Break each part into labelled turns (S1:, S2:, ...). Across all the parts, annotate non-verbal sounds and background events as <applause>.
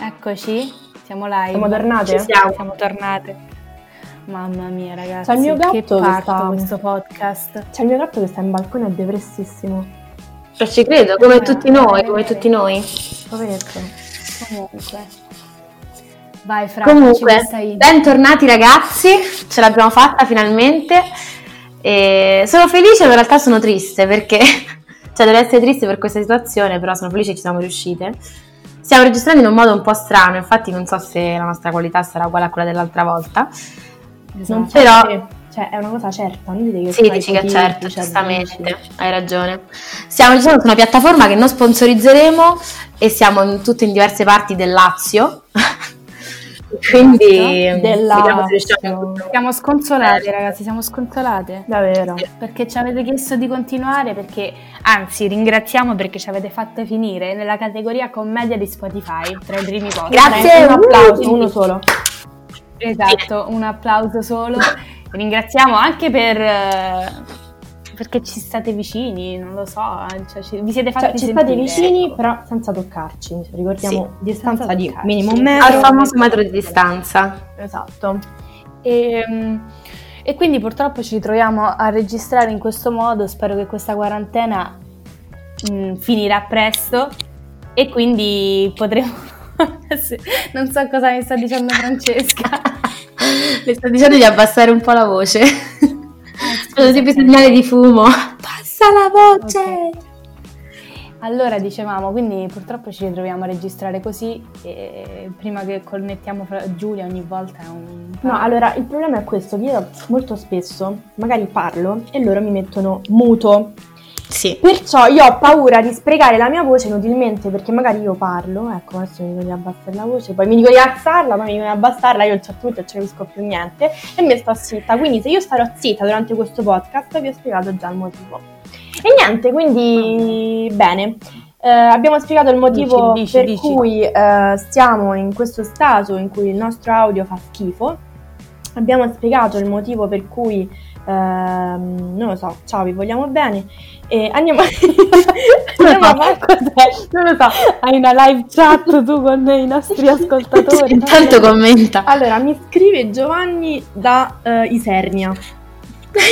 S1: Eccoci, siamo live.
S2: Siamo tornate?
S3: Ci siamo.
S1: Siamo tornate. Mamma mia, ragazzi,
S2: C'è il mio
S1: che
S2: gatto che
S1: parto
S2: sta-
S1: questo podcast.
S2: C'è il mio gatto che sta in balcone, è depressissimo.
S3: Cioè, ci credo, come tutti noi, come tutti noi.
S2: Poveretto.
S1: Comunque. Vai Fra,
S3: Comunque,
S1: stai
S3: bentornati ragazzi, ce l'abbiamo fatta finalmente. E sono felice, ma in realtà sono triste perché, <laughs> cioè devo essere triste per questa situazione, però sono felice che ci siamo riuscite. Stiamo registrando in un modo un po' strano, infatti non so se la nostra qualità sarà uguale a quella dell'altra volta.
S1: Esatto.
S3: c'è- Però-
S2: Cioè, è una cosa certa, non dite che...
S3: Sì,
S2: fai
S3: dici che
S2: pochi, diciamo,
S3: certo,
S2: dieci
S3: giustamente,
S2: amici.
S3: hai ragione. Siamo diciamo, su una piattaforma che non sponsorizzeremo e siamo in, tutte in diverse parti del Lazio. <laughs> Quindi
S2: Del
S3: vediamo se
S2: Lazio.
S3: riusciamo a-
S1: Siamo
S2: Eh.
S1: sconsolate, ragazzi, siamo sconsolate.
S2: Davvero.
S1: Perché ci avete chiesto di continuare, perché anzi ringraziamo perché ci avete fatto finire nella categoria commedia di Spotify tra i primi posti.
S3: Grazie.
S2: Dai, un
S3: uh,
S2: applauso,
S1: quindi-
S2: uno solo.
S1: Esatto, un applauso solo. Ringraziamo anche per eh, perché ci state vicini, non lo so, cioè, ci- vi siete fatti
S2: Cioè, ci
S1: sentire,
S2: state vicini,
S1: ecco.
S2: però senza toccarci. Ricordiamo
S1: Senza
S2: distanza di
S1: toccarci.
S2: minimo
S1: Al
S2: un metro.
S3: al famoso metro di distanza.
S2: Esatto.
S1: E, mm, e quindi purtroppo ci ritroviamo a registrare in questo modo. Spero che questa quarantena mm, finirà presto e quindi potremo. <laughs> se- non so cosa mi sta dicendo <laughs> Francesca.
S3: Le sto dicendo di abbassare un po' la voce. <laughs> Sono sempre
S1: ok.
S3: segnali di fumo. Passa la voce!
S1: Ok. Allora dicevamo, quindi purtroppo ci ritroviamo a registrare così. E prima che connettiamo fra- Giulia ogni volta è un.
S2: No, allora il problema è questo, che io molto spesso magari parlo e loro mi mettono muto.
S3: Sì.
S2: Perciò io ho paura di sprecare la mia voce inutilmente, perché magari io parlo, ecco, adesso mi dico di abbassare la voce, poi mi dico di alzarla, poi mi dico di abbassarla, io a un certo punto non ci capisco più niente e mi sto zitta. Quindi se io starò zitta durante questo podcast vi ho spiegato già il motivo. E niente, quindi bene. Eh, abbiamo spiegato il motivo
S1: Dici, dici,
S2: per
S1: dici.
S2: cui eh, siamo in questo stato in cui il nostro audio fa schifo. Abbiamo spiegato il motivo per cui, ehm, non lo so, ciao, vi vogliamo bene. E andiamo, <laughs> andiamo a fare cos'è? Non lo so, hai una live chat tu con i <laughs> nostri ascoltatori.
S3: Intanto
S2: <laughs>
S3: commenta.
S2: Allora, mi scrive Giovanni da eh, Isernia.
S1: Dai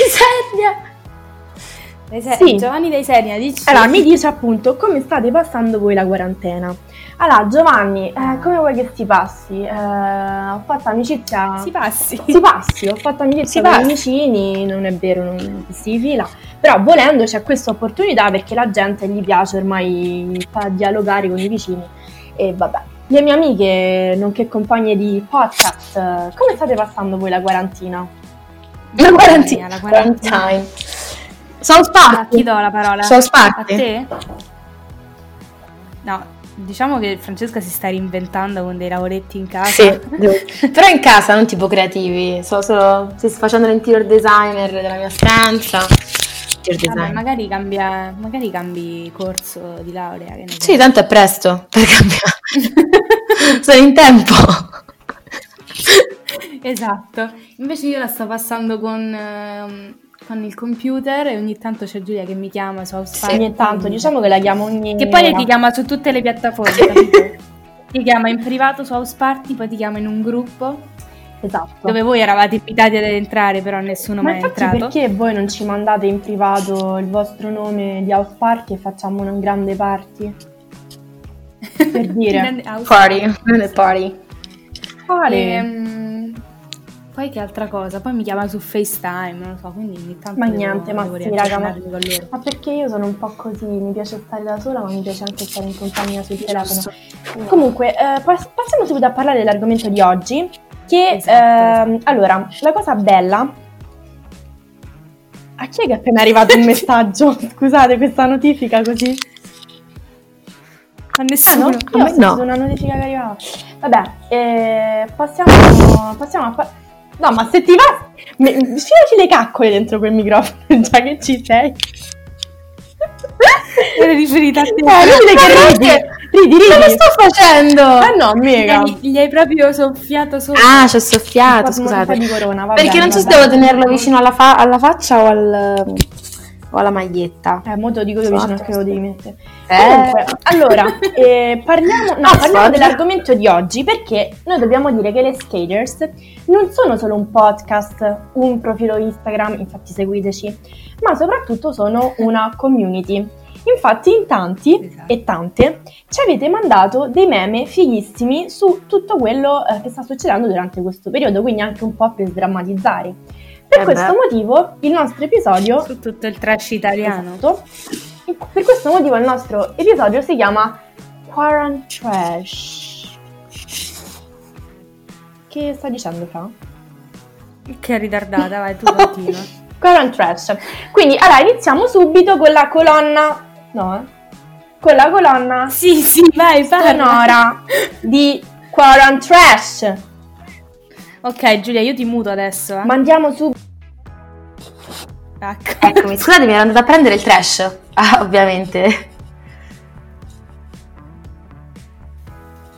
S1: Se-
S2: sì.
S1: Giovanni Dei Sernia dici.
S2: Allora, mi dice appunto come state passando voi la quarantena. Allora, Giovanni, eh, come vuoi che si passi? Eh, ho fatto amicizia.
S1: si passi.
S2: Si passi, ho fatto
S1: Si
S2: amicizia con i
S1: passi.
S2: vicini, non è vero, non si fila. Però volendo c'è questa opportunità perché la gente gli piace ormai fa dialogare con i vicini e vabbè. Le mie amiche, nonché compagne di podcast, eh, come state passando voi la quarantina?
S3: La quarantina.
S1: La quarantina.
S3: South
S1: Ah,
S3: Park.
S1: chi do la parola?
S3: South Park.
S1: A te? No, diciamo che Francesca si sta reinventando con dei lavoretti in casa.
S3: Ah, Sì,
S1: <laughs>
S3: devo- <laughs> però in casa non tipo creativi, so solo sto facendo l'interior designer della mia stanza. Interior
S1: Vabbè,
S2: Esatto.
S3: design.
S1: magari, cambia, magari cambi corso di laurea. Che ne so.
S3: Sì, tanto è presto per <laughs> cambiare. Sono in tempo.
S1: Esatto. Invece io la sto passando con, ehm, con il computer e ogni tanto c'è Giulia che mi chiama su House
S2: Ogni tanto, diciamo che la chiamo ogni
S1: Eh, mm. Che poi
S2: ora.
S1: ti chiama su tutte le piattaforme, capito? Ti chiama in privato su House Party, poi ti chiama in un gruppo
S2: Esatto.
S1: dove voi eravate invitati ad entrare, però nessuno
S2: Ma
S1: mai è
S2: infatti
S1: entrato.
S2: perché voi non ci mandate in privato il vostro nome di house party e facciamo una grande party?
S1: <laughs>
S2: Per dire.
S1: Grande house
S3: Party, non è party.
S2: Fare.
S1: Ehm, poi che altra cosa? Poi mi chiama su FaceTime, non lo so, quindi ogni tanto
S2: Ma
S1: devo-
S2: niente, ma
S1: devo
S2: sì, raga, ma...
S1: riaggiornarmi con loro.
S2: ma perché io sono un po' così, mi piace stare da sola, ma mi piace anche stare in compagnia sul telefono.
S1: Giusto.
S2: Comunque, eh, pass- passiamo subito a parlare dell'argomento di oggi, che
S1: Esatto.
S2: ehm, allora, la cosa bella a chi è che è appena arrivato un <laughs> messaggio? Scusate questa notifica così.
S1: A
S2: Ah, no?
S1: nessuno.
S2: Io <laughs>
S3: A me
S2: ho sentito
S3: no.
S2: una notifica che arrivava. Vabbè, eh, passiamo, passiamo a... pa- no, ma se ti va... me- Filaci le caccole dentro quel microfono, <laughs> già che ci sei.
S1: Era riferita a te.
S3: Eh,
S2: Eh, vedi che ridi, Ridi, ridi.
S3: Cosa sto facendo?
S2: Ah no,
S1: Gli
S2: mega.
S1: hai, gli hai proprio soffiato sopra.
S3: Ah, ci ho
S2: Un po'
S3: soffiato,
S2: di- un po'
S3: scusate.
S2: di corona, va
S3: Perché
S2: bene,
S3: non
S2: va
S3: so se devo
S2: bene.
S3: tenerlo vicino alla, fa- alla faccia o, al- o alla maglietta.
S2: Eh, mo te lo dico io
S3: Esatto.
S2: vicino che lo devi mettere.
S3: Eh.
S2: Comunque,
S3: <laughs>
S2: allora,
S3: ehm,
S2: eh, parliamo, no,
S3: Ah,
S2: parliamo
S3: sfoggia.
S2: dell'argomento di oggi perché noi dobbiamo dire che le skaters non sono solo un podcast, un profilo Instagram, infatti seguiteci, ma soprattutto sono una community. Infatti in tanti
S3: Esatto.
S2: e tante ci avete mandato dei meme fighissimi su tutto quello eh, che sta succedendo durante questo periodo, quindi anche un po' per sdrammatizzare. Per
S3: Eh beh.
S2: questo motivo il nostro episodio
S1: Su tutto il trash italiano.
S2: Esatto. Per questo motivo il nostro episodio si chiama Quarant Trash. Che sta dicendo fra? Esatto.
S1: Che è ritardata, <laughs> vai, tu continua.
S2: Quarant Trash. Quindi, allora, iniziamo subito con la colonna... No, eh? Con la colonna
S1: sì, sì, vai, parla.
S2: sonora di Quarant Trash.
S1: Ok, Giulia, io ti muto adesso. Eh.
S2: Mandiamo subito...
S1: Ecco.
S3: Eccomi, scusatemi, ero andata a prendere il trash. Ah, ovviamente.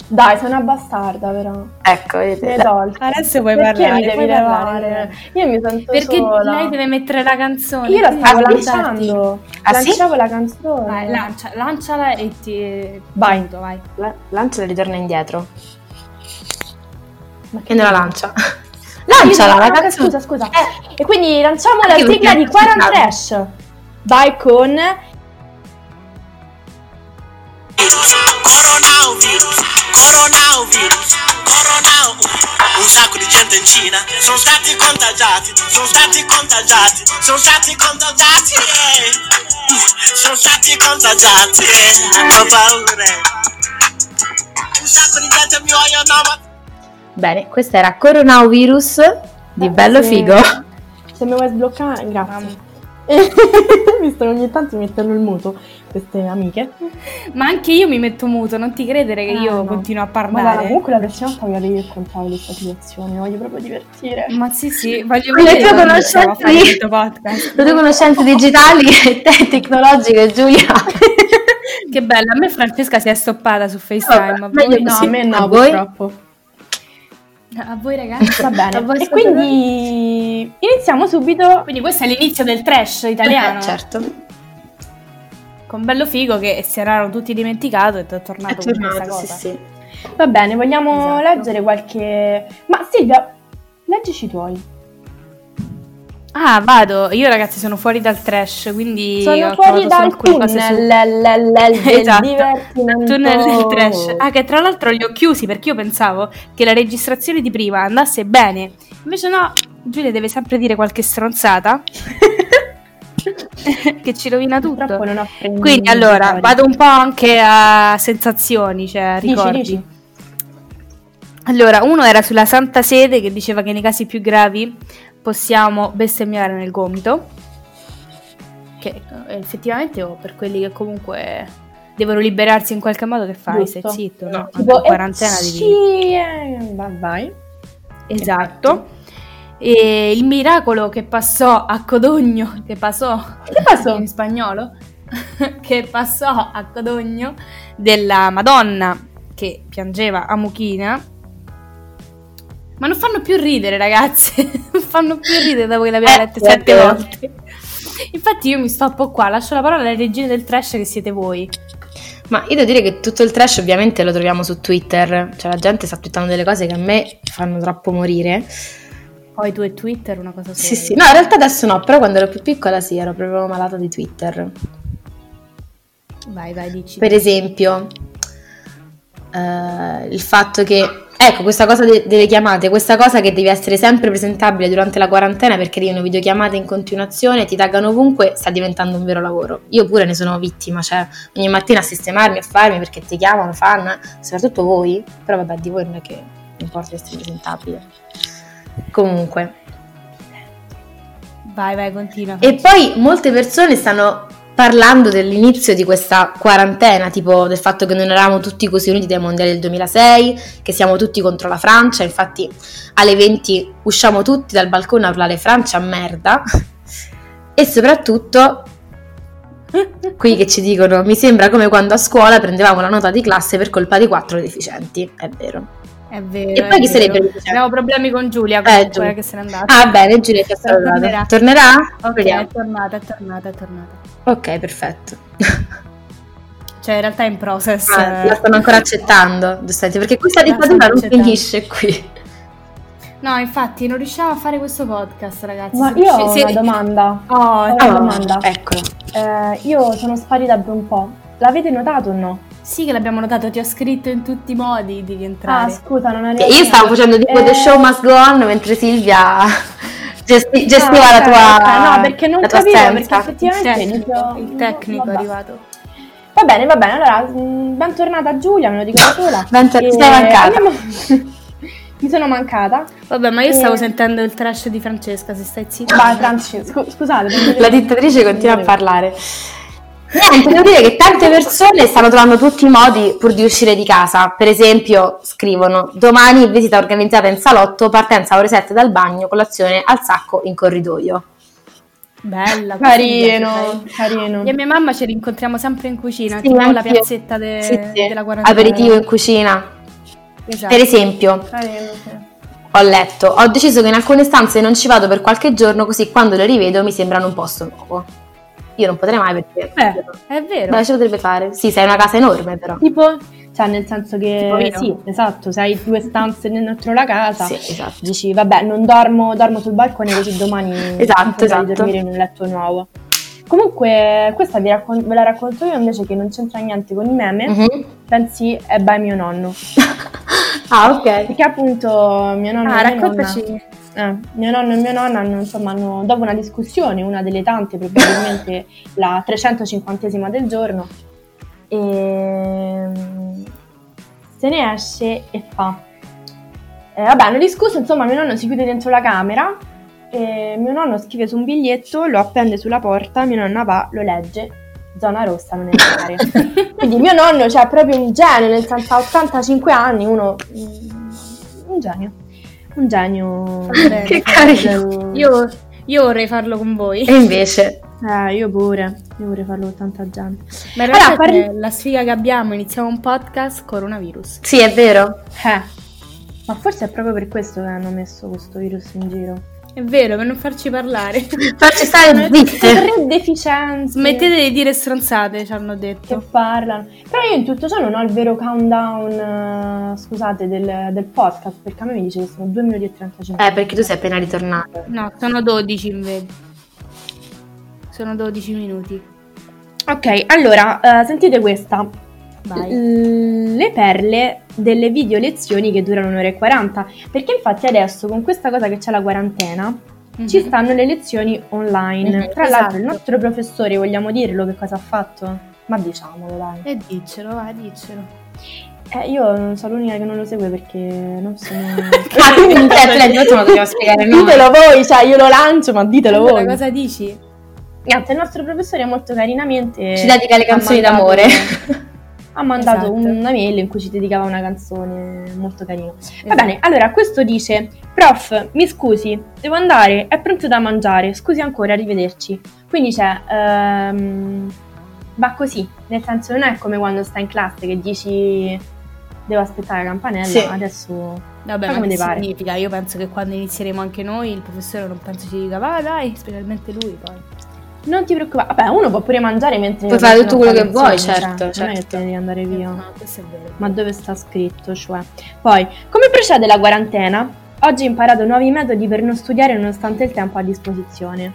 S2: Dai, sei una bastarda, però.
S3: Ecco, vedete.
S2: Sei
S3: la-
S2: dolce.
S1: Adesso puoi
S2: Perché
S1: parlare,
S2: mi devi
S1: puoi
S2: levare?
S1: parlare.
S2: Io mi sento
S1: Perché
S2: sola.
S1: lei deve mettere la canzone.
S2: Io la
S1: quindi
S2: stavo
S1: devi darti-
S2: lanciando.
S3: Ah, sì?
S2: Lanciavo la canzone.
S1: Vai, lancia- lanciala e ti...
S2: Vai.
S1: punto, vai.
S3: la- lancia e ritorna indietro.
S2: Ma che
S3: E non la lancia. <laughs> Lanciala,
S2: Io-
S3: la
S2: ah,
S3: canzone.
S2: Scusa, scusa. Eh, E quindi lanciamo la
S3: Anche
S2: sigla
S3: perché-
S2: di Quarant Trash. Vai con
S4: Coronavirus, coronavirus, coronavirus. Un sacco di gente in Cina sono stati contagiati, sono stati contagiati, sono stati contagiati. eh. Sono stati contagiati. eh. Hanno paura. Un sacco di gente mi vogliono ma
S3: Bene, questa era Coronavirus di Bello
S2: Sì.
S3: Figo.
S2: Se mi vuoi sbloccare,
S1: Mamma.
S2: grazie. Visto che ogni tanto <laughs> mi mettono il muto queste amiche.
S1: Ma anche io mi metto muto, non ti credere che
S2: Ah,
S1: io
S2: no.
S1: continuo a
S2: Ma guarda,
S1: parlare.
S2: comunque la prossima volta voglio io raccontare questa situazione, voglio proprio divertire.
S1: Ma sì, sì, voglio
S3: Con le
S1: vedere
S3: tue
S1: come riusciamo a
S3: conoscenze-
S1: fare questo podcast.
S3: Le tue conoscenze digitali e te- tecnologiche, Giulia.
S1: <laughs> Che bella, a me Francesca si è stoppata su FaceTime. a
S3: Vabbè,
S1: voi?
S2: No,
S3: Sì.
S2: a me
S3: A
S2: no,
S3: voi?
S2: purtroppo.
S1: A voi ragazzi. <laughs>
S2: Va
S3: A voi
S2: bene. E
S3: state
S2: quindi iniziamo subito.
S1: Quindi questo è l'inizio del trash italiano.
S3: Eh, certo.
S1: Con bello figo che si erano tutti dimenticato e è tornato
S3: È
S1: con questa
S3: tornato, sì,
S1: cosa.
S3: sì.
S2: Va bene, vogliamo
S1: Esatto.
S2: leggere qualche Ma Silvia, leggici i tuoi.
S1: Ah, vado. Io ragazzi sono fuori dal trash, quindi
S2: Sono
S1: ho
S2: fuori
S1: trovato solo
S2: dal
S1: alcune cose su-
S2: tunnel l- l- del
S1: <laughs> Esatto,
S2: divertimento.
S1: tunnel del <laughs> trash. Ah, che tra l'altro li ho chiusi perché io pensavo che la registrazione di prima andasse bene. Invece no, Giulia deve sempre dire qualche stronzata <laughs> che ci rovina
S2: Purtroppo
S1: tutto.
S2: non apprendo.
S1: Quindi allora, vado un po' anche a sensazioni, cioè a
S2: Dici,
S1: ricordi.
S2: dici.
S1: Allora, uno era sulla Santa Sede che diceva che nei casi più gravi possiamo bestemmiare nel gomito. Che eh, effettivamente o per quelli che comunque devono liberarsi in qualche modo che fai? Stai
S2: Giusto.
S1: zitto, no?
S3: No,
S1: Anche
S2: Tipo,
S1: in quarantena
S2: eh,
S1: devi...
S2: sì, eh, va- vai.
S1: Esatto. E il miracolo che passò a Codogno, che passò
S2: Che passò?
S1: in spagnolo, <laughs> che passò a Codogno della Madonna che piangeva a Muchina. Ma non fanno più ridere, ragazze. <laughs> Non fanno più ridere dopo che l'abbiamo
S3: Eh,
S1: letta
S3: sì, è
S1: sette
S3: vero.
S1: volte. Infatti, io mi stoppo qua. Lascio la parola alle regine del trash che siete voi.
S3: Ma io devo dire che tutto il trash ovviamente lo troviamo su Twitter, cioè la gente sta twittando delle cose che a me fanno troppo morire.
S1: Poi tu e Twitter, una cosa sola.
S3: Sì, sì, no, in realtà adesso no, però quando ero più piccola sì, ero proprio malata di Twitter.
S1: Vai, vai, dici.
S3: Per esempio, eh, il fatto che, ecco, questa cosa de- delle chiamate, questa cosa che devi essere sempre presentabile durante la quarantena perché arrivano videochiamate in continuazione, ti taggano ovunque, sta diventando un vero lavoro. Io pure ne sono vittima, cioè ogni mattina a sistemarmi, a farmi perché ti chiamano, fanno, eh, soprattutto voi, però vabbè, di voi non è che importa essere presentabile. Comunque.
S1: Vai, vai, continua.
S3: E poi molte persone stanno parlando dell'inizio di questa quarantena, tipo del fatto che non eravamo tutti così uniti dai mondiali del 2006, che siamo tutti contro la Francia, infatti alle 20 usciamo tutti dal balcone a urlare Francia merda e soprattutto Qui che ci dicono, mi sembra come quando a scuola prendevamo la nota di classe per colpa di quattro deficienti. È vero.
S1: È vero.
S3: E poi
S1: è
S3: chi se ne
S1: vero.
S3: prende?
S1: Abbiamo problemi con Giulia comunque,
S3: Giulia.
S1: che se n'è andata.
S3: Ah, bene, Giulia ci ha
S1: Però
S3: salutato.
S1: tornerà.
S3: Tornerà?
S1: ok, è
S3: Vediamo.
S1: tornata, è tornata, è tornata.
S3: Ok, perfetto.
S1: Cioè, in realtà è in process.
S3: Ah,
S1: eh.
S3: la stanno ancora accettando, giustamente, perché questa
S1: La
S3: dittatura
S1: stanno
S3: non
S1: accettando.
S3: finisce qui.
S1: No, infatti, non riusciamo a fare questo podcast, ragazzi.
S2: Ma
S1: Se-
S2: io ho
S1: se-
S2: una domanda.
S1: Oh,
S2: Ho
S1: no.
S2: una domanda.
S3: Eccolo.
S2: Eh, io sono sparita per un po'. L'avete notato o no?
S1: Sì, che l'abbiamo notato, ti ho scritto in tutti i modi di
S2: Ah,
S1: rientrare.
S2: scusa, non
S3: Che
S2: avevo.
S3: Cioè, Io stavo facendo tipo The
S2: Eh.
S3: Show Must Go On mentre Silvia <laughs> gesti- gestiva
S2: Ah,
S3: la
S2: ok,
S3: tua
S2: ok. No, perché non
S3: la tua
S2: capivo,
S3: assenza.
S2: perché
S1: il
S2: effettivamente
S1: tecnico,
S2: dicevo-
S1: il tecnico è
S2: vabbè.
S1: arrivato.
S2: Va bene, va bene. Allora, mh, bentornata Giulia, me lo dico da sola.
S3: Bentor-
S2: E-
S3: sei mancata.
S2: andiamo- <laughs> Mi sono mancata.
S1: Vabbè, ma io stavo
S2: Eh.
S1: sentendo il trash di Francesca, se stai zitta.
S2: Vai, Francesco, scu- scusate. perché-
S3: La dittatrice continua
S2: Mm.
S3: a parlare. Niente, devo dire che tante persone stanno trovando tutti i modi pur di uscire di casa. Per esempio, scrivono: domani visita organizzata in salotto, partenza alle ore 7 dal bagno, colazione al sacco in corridoio.
S1: Bella. questa mi piace,
S2: Carino,
S1: dai.
S2: carino.
S1: Io e mia mamma ci rincontriamo sempre in cucina,
S3: Sì,
S1: tipo la
S3: anch'io.
S1: piazzetta de-
S3: Sì, sì.
S1: della quarantena.
S3: Aperitivo in cucina.
S1: Esatto.
S3: Per esempio,
S2: Carino, sì.
S3: Ho letto, ho deciso che in alcune stanze non ci vado per qualche giorno, così quando le rivedo mi sembrano un posto nuovo. Io non potrei mai perché.
S1: Beh, è vero.
S3: Beh, ci potrebbe fare. Sì, sei una casa enorme, però.
S2: Tipo, cioè nel senso che
S3: Tipo io.
S2: sì, esatto, se hai due stanze dentro la casa,
S3: Sì, esatto.
S2: dici vabbè, non dormo, dormo sul balcone così domani
S3: Esatto,
S2: potrei
S3: esatto.
S2: dormire in un letto nuovo. Comunque, questa vi raccon- ve la racconto io invece che non c'entra niente con i meme,
S3: Mhm. <laughs>
S2: pensi è by mio nonno,
S3: ah, ok.
S2: perché appunto mio nonno
S1: Ah,
S2: e mia nonna
S1: raccontaci.
S2: eh, mio nonno e mia nonna hanno, insomma, hanno- dopo una discussione, una delle tante,
S3: <laughs>
S2: probabilmente la 350esima del giorno, ehm, se ne esce e fa. Eh, vabbè, hanno discusso, insomma, mio nonno si chiude dentro la camera, e mio nonno scrive su un biglietto, lo appende sulla porta, mia nonna va, lo legge, zona rossa, non entrare.
S3: <laughs>
S2: Quindi mio nonno, cioè, è proprio un genio, nel senso, a 85 anni, uno... mm, un genio. Un genio...
S1: Bene.
S3: Che carino.
S2: Del-
S1: Io, io vorrei farlo con voi.
S3: E invece,
S2: Eh, io pure, io pure farlo con tanta gente.
S1: Ma in
S2: Allora,
S1: realtà
S2: parli-
S1: è la sfiga che abbiamo, iniziamo un podcast coronavirus.
S3: sì, è vero.
S2: Eh. Ma forse è proprio per questo che hanno messo questo virus in giro.
S1: È vero, per non farci parlare.
S3: Farci stare zitte.
S2: Tre deficienze
S1: Smettete di dire stronzate, ci hanno
S2: che
S1: detto.
S2: parlano. Però io in tutto ciò non ho il vero countdown, eh, scusate, del, del podcast, perché a me mi dice che sono 2 minuti e 35.
S3: Eh, perché tu sei appena ritornata.
S1: No, sono 12 invece. Sono 12 minuti.
S2: Ok, allora, eh, sentite questa.
S1: Vai.
S2: L- le perle delle video lezioni che durano un'ora e 40. Perché infatti adesso con questa cosa che c'è la quarantena, ci
S1: Mhm.
S2: stanno le lezioni online.
S3: Mhm,
S2: Tra l'altro, il
S1: esatto.
S2: nostro professore, vogliamo dirlo che cosa ha fatto? Ma diciamolo, dai.
S1: E Eh, diccelo, vai, diccelo.
S2: Eh, io sono l'unica che non lo segue perché non sono.
S3: Ah, quindi non te l'hai detto, ma lo dobbiamo spiegare noi.
S2: Ditelo voi, cioè io lo lancio, ma ditelo
S1: Allora,
S2: voi.
S1: cosa dici?
S2: Niente, il nostro professore molto carinamente
S3: Ci dedica le
S2: ha
S3: canzoni
S2: mandato-
S3: d'amore.
S2: ha mandato
S1: Esatto.
S2: una mail in cui ci dedicava una canzone molto carina. Va
S1: Esatto.
S2: bene, allora questo dice: Prof, mi scusi, devo andare, è pronto da mangiare. Scusi ancora, arrivederci. Quindi c'è. ehm, va così, nel senso, non è come quando stai in classe che dici devo aspettare la campanella,
S3: Sì.
S2: adesso.
S1: Vabbè,
S2: Ma
S1: ma
S2: come
S1: che
S2: ti pare?
S1: significa? Io penso che quando inizieremo anche noi, il professore non penso ci dica, va dai, specialmente lui poi.
S2: Non ti preoccupare, vabbè, uno può pure mangiare mentre.
S3: Puoi fare
S2: continua
S3: tutto
S2: a
S3: quello
S2: fare
S3: che vuoi,
S2: lezioni, cioè,
S3: certo,
S2: Non è che
S3: certo.
S2: te ne devi andare via.
S1: No, questo è vero.
S2: Ma dove sta scritto, cioè? Poi, come procede la quarantena? Oggi ho imparato nuovi metodi per non studiare nonostante il tempo a disposizione.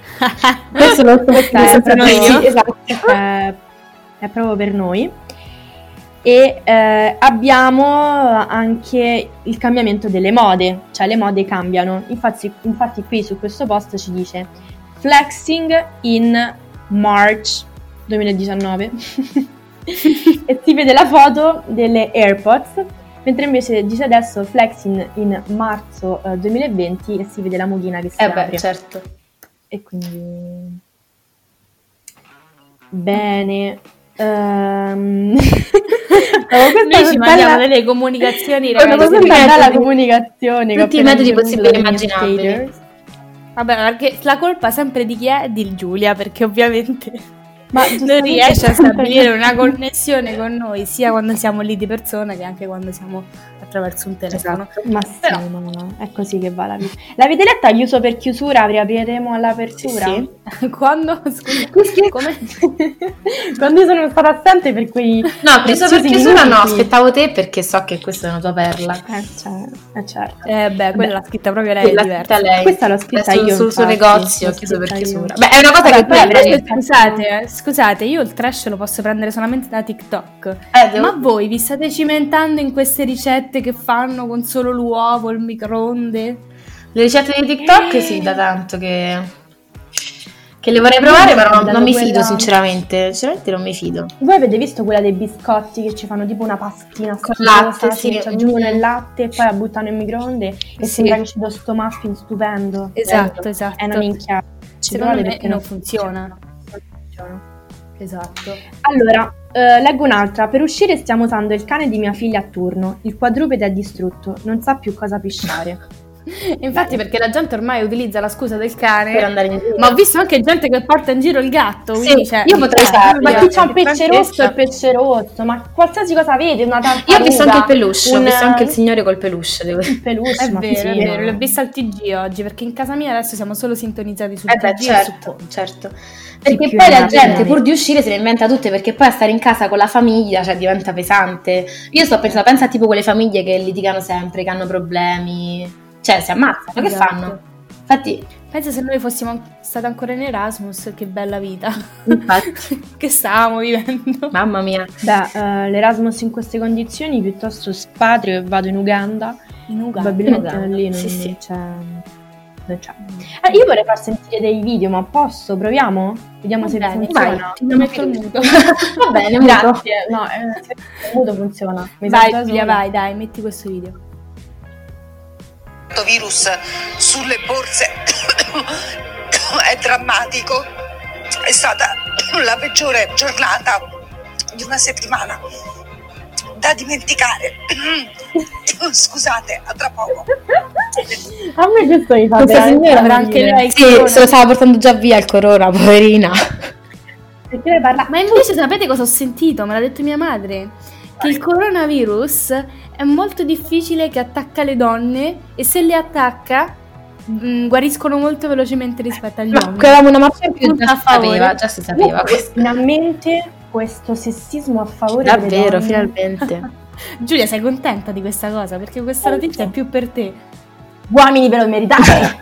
S3: Questo lo
S1: <laughs>
S3: so
S2: Questa Cioè, è proprio,
S3: Sì, esatto.
S2: eh, è proprio per noi. E eh, abbiamo anche il cambiamento delle mode, cioè le mode cambiano. Infatti, infatti qui su questo post ci dice flexing in March 2019 <laughs> e si vede la foto delle AirPods, mentre invece dice adesso flexing in marzo eh, 2020 e si vede la mochina che si
S3: Eh
S2: apre.
S3: beh, certo.
S2: E quindi... Bene. Ehm, Stavo
S1: Noi ci
S2: pensando
S1: mandiamo
S2: alla-
S1: delle comunicazioni,
S2: Stavo
S1: ragazzi.
S2: pensando
S3: tutti i
S2: alla
S3: metodi-
S2: comunicazione. che ho
S3: tutti i
S2: appena
S3: metodi
S2: ricevuto
S3: possibili e
S2: dai miei
S3: immaginabili.
S2: haters.
S1: <laughs> Vabbè, perché la colpa sempre di chi è? Di Giulia, perché ovviamente
S2: Ma
S1: non
S2: giustamente-
S1: riesce a stabilire una connessione con noi sia quando siamo lì di persona che anche quando siamo attraverso un telefono.
S2: Ma sì,
S1: Però-
S2: ma no, è così che va la vita. L'avete letta chiuso per chiusura, riapriremo all'apertura?
S1: <laughs> Quando? Scusa, come?
S2: Quando io sono stata assente per quei...
S3: No, preso per
S2: precisi
S3: chiusura no,
S2: minuti.
S3: aspettavo te perché so che questa è una tua perla.
S2: Eh, cioè, eh, certo.
S1: Eh beh, quella
S2: Beh,
S1: l'ha scritta proprio lei, è
S3: Quella
S1: diversa.
S3: scritta lei.
S2: Questa l'ho scritta
S3: Adesso
S2: io,
S3: sul suo
S2: infatti,
S3: negozio,
S2: l'ho
S3: chiuso per
S2: scritta io.
S3: chiusura. Beh, è una cosa
S2: Vabbè, poi
S3: che poi
S1: Però
S2: avrei-
S3: avrei...
S1: Scusate, eh, scusate, io il trash lo posso prendere solamente da TikTok.
S3: Eh, devo-
S1: Ma voi vi state cimentando in queste ricette che fanno con solo l'uovo, il microonde?
S3: Le ricette di
S2: Eh.
S3: TikTok sì, da tanto che... che le vorrei provare, però non, non mi fido
S2: Quella-
S3: sinceramente. Sinceramente non mi fido.
S2: Voi avete visto quella dei biscotti che ci fanno tipo una pastina
S3: Col
S2: schifosa,
S3: latte,
S2: ci
S3: sì.
S2: aggiungono il latte e poi la buttano in microonde
S1: Sì.
S2: e sembra che ci sia sto muffin stupendo.
S1: Esatto,
S2: Eh,
S1: esatto.
S2: È una minchia. Ci
S1: Secondo
S2: provate
S1: me
S2: perché
S1: non funziona.
S2: Non funziona.
S1: Esatto.
S2: Allora, eh, leggo un'altra. Per uscire stiamo usando il cane di mia figlia a turno. Il quadrupede è distrutto, non sa più cosa pisciare.
S1: Infatti, perché la gente ormai utilizza la scusa del
S2: Eh.
S1: cane.
S3: Per andare in giro.
S1: Ma ho visto anche gente che porta in giro il gatto.
S3: Sì,
S1: quindi, cioè,
S3: io potrei
S1: eh,
S3: farlo.
S2: Ma chi c'ha il
S3: Perché
S2: pesce
S3: Francesca-
S2: rosso e il pesce rosso, ma qualsiasi cosa avete, una tartaruga.
S3: Io ho visto anche il peluche, ho
S2: un-
S3: visto anche il signore col peluche, devo dire.
S2: il peluche,
S1: È
S2: ma
S1: vero, è
S2: sì,
S1: vero,
S2: no.
S1: l'ho vista al TG oggi perché in casa mia adesso siamo solo sintonizzati sul
S3: Eh beh,
S1: TG e su
S3: certo,
S1: Ponte.
S3: certo. Perché
S2: più
S3: poi la
S2: nella
S3: gente
S2: vita.
S3: pur di uscire se ne inventa tutte, perché poi a stare in casa con la famiglia cioè, diventa pesante. Io sto pensando, pensa tipo quelle famiglie che litigano sempre, che hanno problemi, cioè si ammazzano, che
S1: Esatto.
S3: fanno? Infatti,
S1: Pensa se noi fossimo an- state ancora in Erasmus, che bella vita
S3: infatti
S1: <laughs> che stavamo vivendo.
S3: <laughs> mamma mia,
S2: Beh, eh, l'Erasmus in queste condizioni piuttosto spatrio e vado in Uganda,
S1: In Uganda.
S2: probabilmente
S3: Uganda,
S2: lì non,
S3: sì, sì.
S2: c'è. non c'è. Esatto. Eh, io vorrei far sentire dei video, ma posso? Proviamo? Vediamo
S1: Va
S2: se
S1: bene,
S2: funziona.
S3: vai.
S1: Ti metto il muto.
S3: va bene, muto.
S2: Grazie. No, eh, se il muto funziona. Mi
S1: Vai
S2: sento
S1: Giulia,
S2: sola.
S1: vai, dai, metti questo video.
S5: questo virus sulle borse <coughs> è drammatico. È stata <coughs> la peggiore giornata di una settimana da dimenticare. <coughs> Scusate, a tra poco.
S2: A me questo mi fa
S3: Questa
S2: veramente
S3: signora
S1: avrà anche
S2: morire.
S1: lei-
S3: Sì, se lo stava portando già via il corona, <laughs> poverina.
S2: Perché lei parla?
S1: Ma invece sapete cosa ho sentito? Me l'ha detto mia madre. Che il coronavirus è molto difficile che attacca le donne e se le attacca mh, guariscono molto velocemente rispetto agli
S3: Ma
S1: uomini.
S3: avevamo una marcia in più,
S1: Punto
S3: già
S1: a
S3: si
S1: favore.
S3: sapeva, già si sapeva. questo.
S2: Finalmente questo sessismo a favore delle
S3: Davvero,
S2: donne.
S3: <laughs> finalmente.
S1: Giulia, sei contenta di questa cosa? Perché questa
S2: Molto.
S1: notizia è più per te.
S2: Uomini ve lo meritate!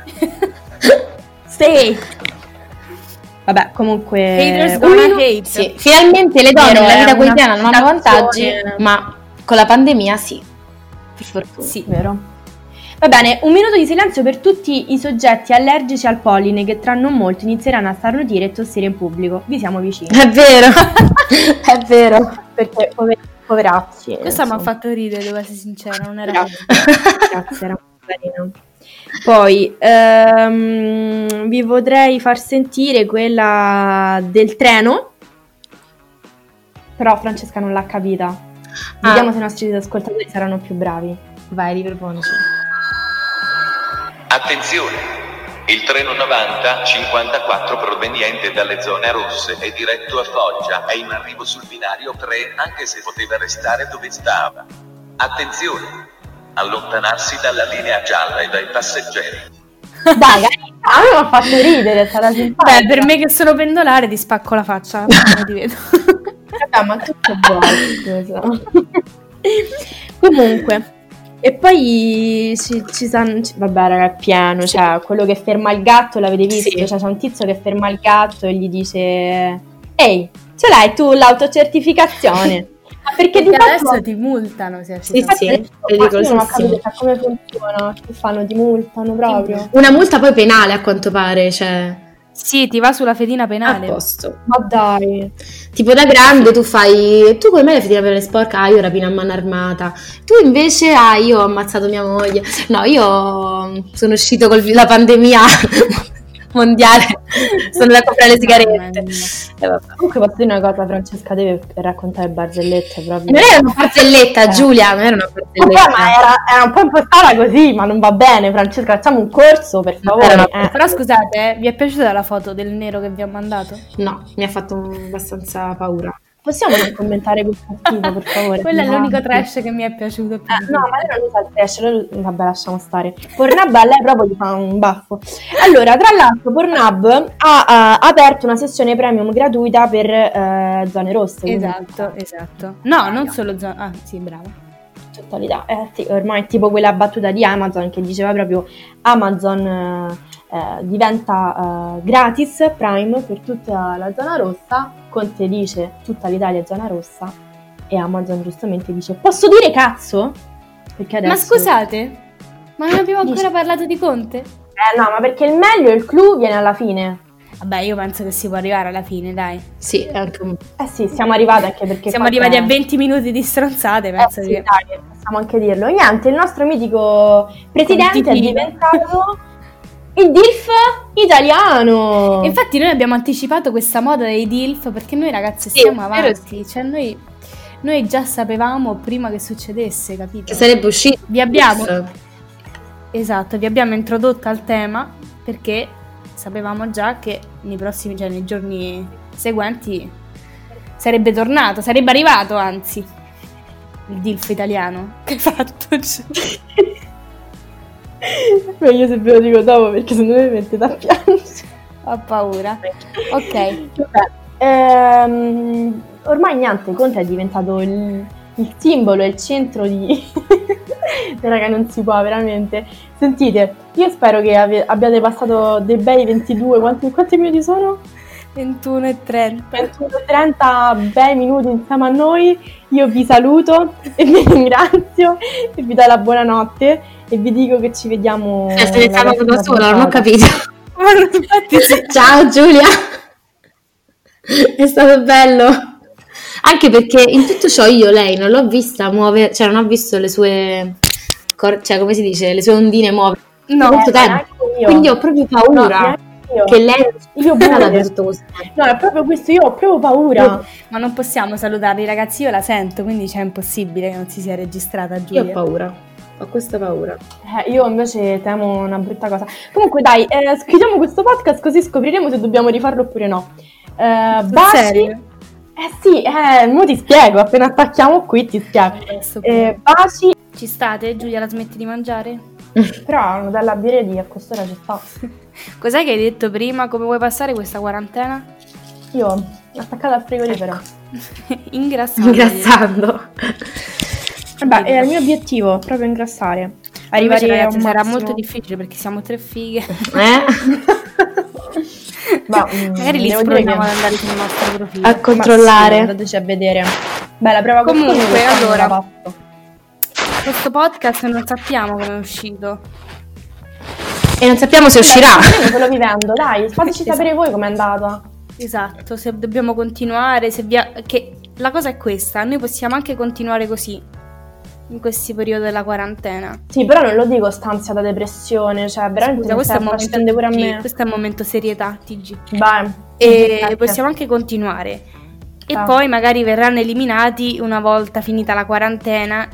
S2: sì! Vabbè, comunque...
S1: Haters
S2: Ui,
S1: gonna hate.
S3: Sì, finalmente le donne
S2: Vero,
S3: nella
S2: è
S3: vita
S2: una
S3: quotidiana non hanno vantaggi,
S2: situazione-
S3: ma con la pandemia sì. Per fortuna.
S1: Sì.
S2: Vero. Va bene, un minuto di silenzio per tutti i soggetti allergici al polline che tra non molto inizieranno a starnutire e tossire in pubblico. Vi siamo vicini. <laughs>
S3: È vero, è vero.
S2: Perché pover- poveracci. eh,
S1: Questa mi ha
S2: insomma.
S1: fatto ridere, devo essere sincera, non era...
S2: Grazie. Grazie, era molto carina. Poi ehm, vi potrei far sentire quella del treno. Però Francesca non l'ha capita. Vediamo se i nostri ascoltatori saranno più bravi.
S3: Ah. Vai, riproponici.
S6: Attenzione! Il treno 90 54 proveniente dalle zone rosse è diretto a Foggia, è in arrivo sul binario 3 anche se poteva restare dove stava. Attenzione! Allontanarsi dalla linea gialla e dai passeggeri.
S2: Dai, a me mi ha fatto ridere, sarà simpatica.
S1: Beh, per me che sono pendolare ti spacco la faccia, non ti vedo.
S2: Vabbè, ma tutto buono, <laughs> scusa. Comunque. E poi ci, ci san- ci- Vabbè, raga, è pieno. Cioè, quello che ferma il gatto, l'avete visto?
S3: Sì.
S2: Cioè, c'è un tizio che ferma il gatto e gli dice... Ehi, ce l'hai tu <laughs> l'autocertificazione? Perché di fatto...
S1: adesso ti multano se
S3: Sì,
S1: accetti-
S3: sì,
S2: Infatti,
S3: ridicolo,
S2: io non ho
S3: sì, sì.
S2: capito cioè, come funziona, che fanno, ti multano proprio.
S3: <laughs> Una multa poi penale a quanto pare, cioè
S1: Sì, ti va sulla fedina penale.
S3: a posto.
S2: Ma dai,
S3: Tipo da grande tu fai, tu come me la fedina per le sporca, ah io rapina a mano armata, tu invece ah io ho ammazzato mia moglie, no io sono uscito con la pandemia <laughs> mondiale, sono andata a comprare le sigarette.
S1: Mamma mia.
S3: E vabbè.
S2: Comunque posso dire una cosa, Francesca deve raccontare barzellette proprio.
S3: Non era una barzelletta, Giulia, non era una
S2: Ma poi,
S3: barzelletta.
S2: ma era, era un po' impostata così, ma non va bene, Francesca, facciamo un corso, per favore.
S3: Era-
S2: eh.
S1: Però scusate, eh, vi è piaciuta la foto del nero che vi ho mandato?
S3: No, mi ha fatto abbastanza paura.
S2: Possiamo non commentare questo tipo,
S1: <laughs>
S2: per favore?
S1: Quello è
S2: No.
S1: l'unico trash che mi è piaciuto più.
S2: Eh, No, ma lei non usa il trash, lei- vabbè lasciamo stare. Pornhub a lei proprio gli fa un baffo. Allora, tra l'altro Pornhub ha, ha eh, aperto una sessione premium gratuita per eh, zone rosse. quindi
S1: Esatto, esatto. No, non solo zona. Ah, sì, brava.
S2: in totalità. Eh, sì, ormai è tipo quella battuta di Amazon che diceva proprio Amazon eh, eh, diventa eh, gratis Prime per tutta la zona rossa, Conte dice tutta l'Italia è zona rossa e Amazon giustamente dice posso dire cazzo? Perché adesso...
S1: Ma scusate, ma non abbiamo ancora
S2: Dici.
S1: parlato di Conte?
S2: Eh no, ma perché il meglio e il clou viene alla fine.
S1: Vabbè, io penso che si può arrivare alla fine, dai.
S3: Sì, è anche un...
S2: Eh sì, siamo arrivati anche perché...
S1: Siamo
S2: qua
S1: arrivati
S2: c'è-
S1: a 20 minuti di stronzate,
S2: Eh
S1: penso
S2: sì,
S1: che...
S2: dai, possiamo anche dirlo. Niente, il nostro mitico presidente è
S1: Conti Pino.
S2: diventato il DILF italiano.
S1: Infatti noi abbiamo anticipato questa moda dei DILF perché noi ragazzi
S3: Sì,
S1: siamo
S3: è vero,
S1: avanti, cioè noi, noi già sapevamo prima che succedesse, capito?
S3: Che sarebbe uscito.
S1: Vi abbiamo,
S3: Sì.
S2: Eh,
S1: esatto, vi abbiamo introdotta al tema perché sapevamo già che nei prossimi, cioè nei giorni seguenti sarebbe tornato, sarebbe arrivato anzi il DILF italiano. <laughs> Che hai fatto?
S2: <laughs> Meglio se ve lo dico dopo perché sennò mi mette da piangere.
S1: Ho paura. Ok.
S2: Vabbè, ehm, ormai niente, Conte è diventato il, il simbolo, il centro di... <laughs> Raga, non si può veramente. Sentite, io spero che ave- abbiate passato dei bei 22, quanti, quanti minuti sono?
S1: 21 e 30.
S2: 21-30 bei minuti insieme a noi. Io vi saluto e vi ringrazio e vi do la buonanotte e vi dico che ci vediamo.
S3: Eh, se ne
S2: nella
S3: stavano da
S2: prossima
S3: sola, non ho
S2: puntata. <laughs>
S3: capito.
S1: Infatti
S3: Ciao Giulia, è stato bello. Anche perché in tutto ciò io lei non l'ho vista muovere, cioè non ho visto le sue, cor- cioè come si dice, le sue ondine muovere.
S1: No,
S3: molto
S2: Eh,
S3: tempo.
S2: neanche io.
S3: Quindi ho proprio paura
S2: No, io.
S3: che lei
S2: Io
S3: non
S2: pure.
S3: abbia tutto questo tempo.
S2: No, è proprio questo, io ho proprio paura.
S1: ma non possiamo salutarli, ragazzi. Io la sento, quindi c'è impossibile che non si sia registrata
S3: Io ho
S1: Giulia.
S3: paura, ho questa paura.
S2: Eh, io invece temo una brutta cosa. Comunque dai, eh, chiudiamo questo podcast così scopriremo se dobbiamo rifarlo oppure no. Eh,
S1: Sul
S2: baci.
S1: serio?
S2: Eh sì, eh, mo ti spiego, appena attacchiamo qui ti spiego.
S1: Adesso-
S2: Eh, baci
S1: Ci state? Giulia la smetti di mangiare?
S2: Però una bella birreria a quest'ora ci sta.
S1: Cos'è che hai detto prima? Come vuoi passare questa <laughs> quarantena?
S2: Io attaccata al
S1: Ecco.
S2: frigorifero.
S1: Ingrassando.
S3: Ingrassando.
S2: Vabbè, era il mio obiettivo, proprio ingrassare. Arrivare
S1: Invece,
S2: a
S1: ragazzi,
S2: un
S1: sarà
S2: massimo-
S1: molto difficile perché siamo tre fighe.
S3: Eh?
S2: <laughs> Ma, mm,
S1: Magari li
S2: devo dire
S1: sproniamo
S2: che- Ah.
S1: ad andare sul nostro profilo.
S3: A
S2: Ma sì,
S3: controllare.
S2: andateci a vedere. Beh, la prova
S1: Comunque,
S2: con Comunque,
S1: allora. Questo podcast non sappiamo come è uscito.
S3: E non sappiamo se uscirà.
S2: Ve lo Eh, vivendo, dai,
S1: <laughs>
S2: fateci
S1: Esatto.
S2: sapere voi com'è andata.
S1: Esatto, se dobbiamo continuare, se via... che la cosa è questa, noi possiamo anche continuare così in questi periodi della quarantena.
S2: Sì, però non lo dico stanzia da depressione, cioè veramente
S1: Scusa,
S2: mi
S1: questo è,
S2: sta
S1: un momento
S2: facendo pure a
S1: TG,
S2: me.
S1: questo è un momento serietà TG.
S2: Vai.
S1: E possiamo anche continuare. E
S2: Ah.
S1: poi magari verranno eliminati una volta finita la quarantena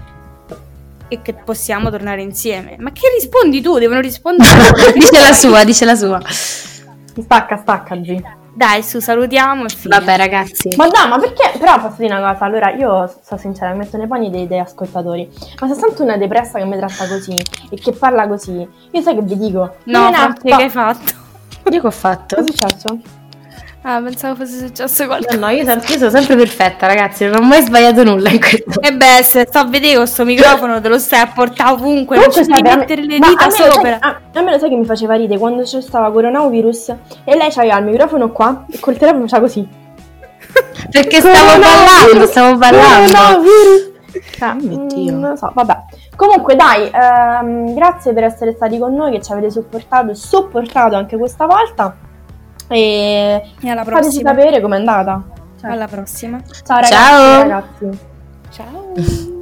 S1: e che possiamo tornare insieme. Ma che rispondi tu? Devono <laughs> rispondere. loro.
S3: <laughs> dice la sua, dice la sua.
S2: Stacca, stacca, G.
S1: Dai, su, salutiamo e fine.
S3: Vabbè ragazzi.
S2: Ma no, ma perché? Però posso dire una cosa, allora io so sincera, mi metto nei panni dei, dei ascoltatori, ma se sento una depressa che mi tratta così e che parla così, io sai che vi dico?
S1: No,
S2: Io
S1: Fante, che hai fatto?
S3: Io che ho fatto?
S2: Cosa è successo?
S1: Ah, pensavo fosse successo qualcosa.
S3: No, no, io, sem- io sono sempre perfetta, ragazzi, non ho mai sbagliato nulla in questo.
S1: E Eh beh, se sto a vedere questo microfono, te lo stai a portare ovunque, non ci devi
S2: sai, veramente-
S1: mettere le
S2: ma a
S1: dita
S2: me lo sai-
S1: sopra.
S2: a, a me lo sai che mi faceva ridere quando c'è stava coronavirus e lei c'aveva il microfono qua e col telefono c'ha così.
S3: Perché stavo ballando, stavo ballando.
S2: Coronavirus!
S3: Ah, mio
S2: Mm,
S3: Dio.
S2: Non lo so, vabbè. Comunque dai, ehm, grazie per essere stati con noi, che ci avete supportato e sopportato anche questa volta. E
S1: E alla
S2: Fateci
S1: prossima.
S2: sapere com'è andata.
S1: Alla prossima.
S2: Ciao ragazzi.
S3: Ciao.
S2: ragazzi.
S1: Ciao.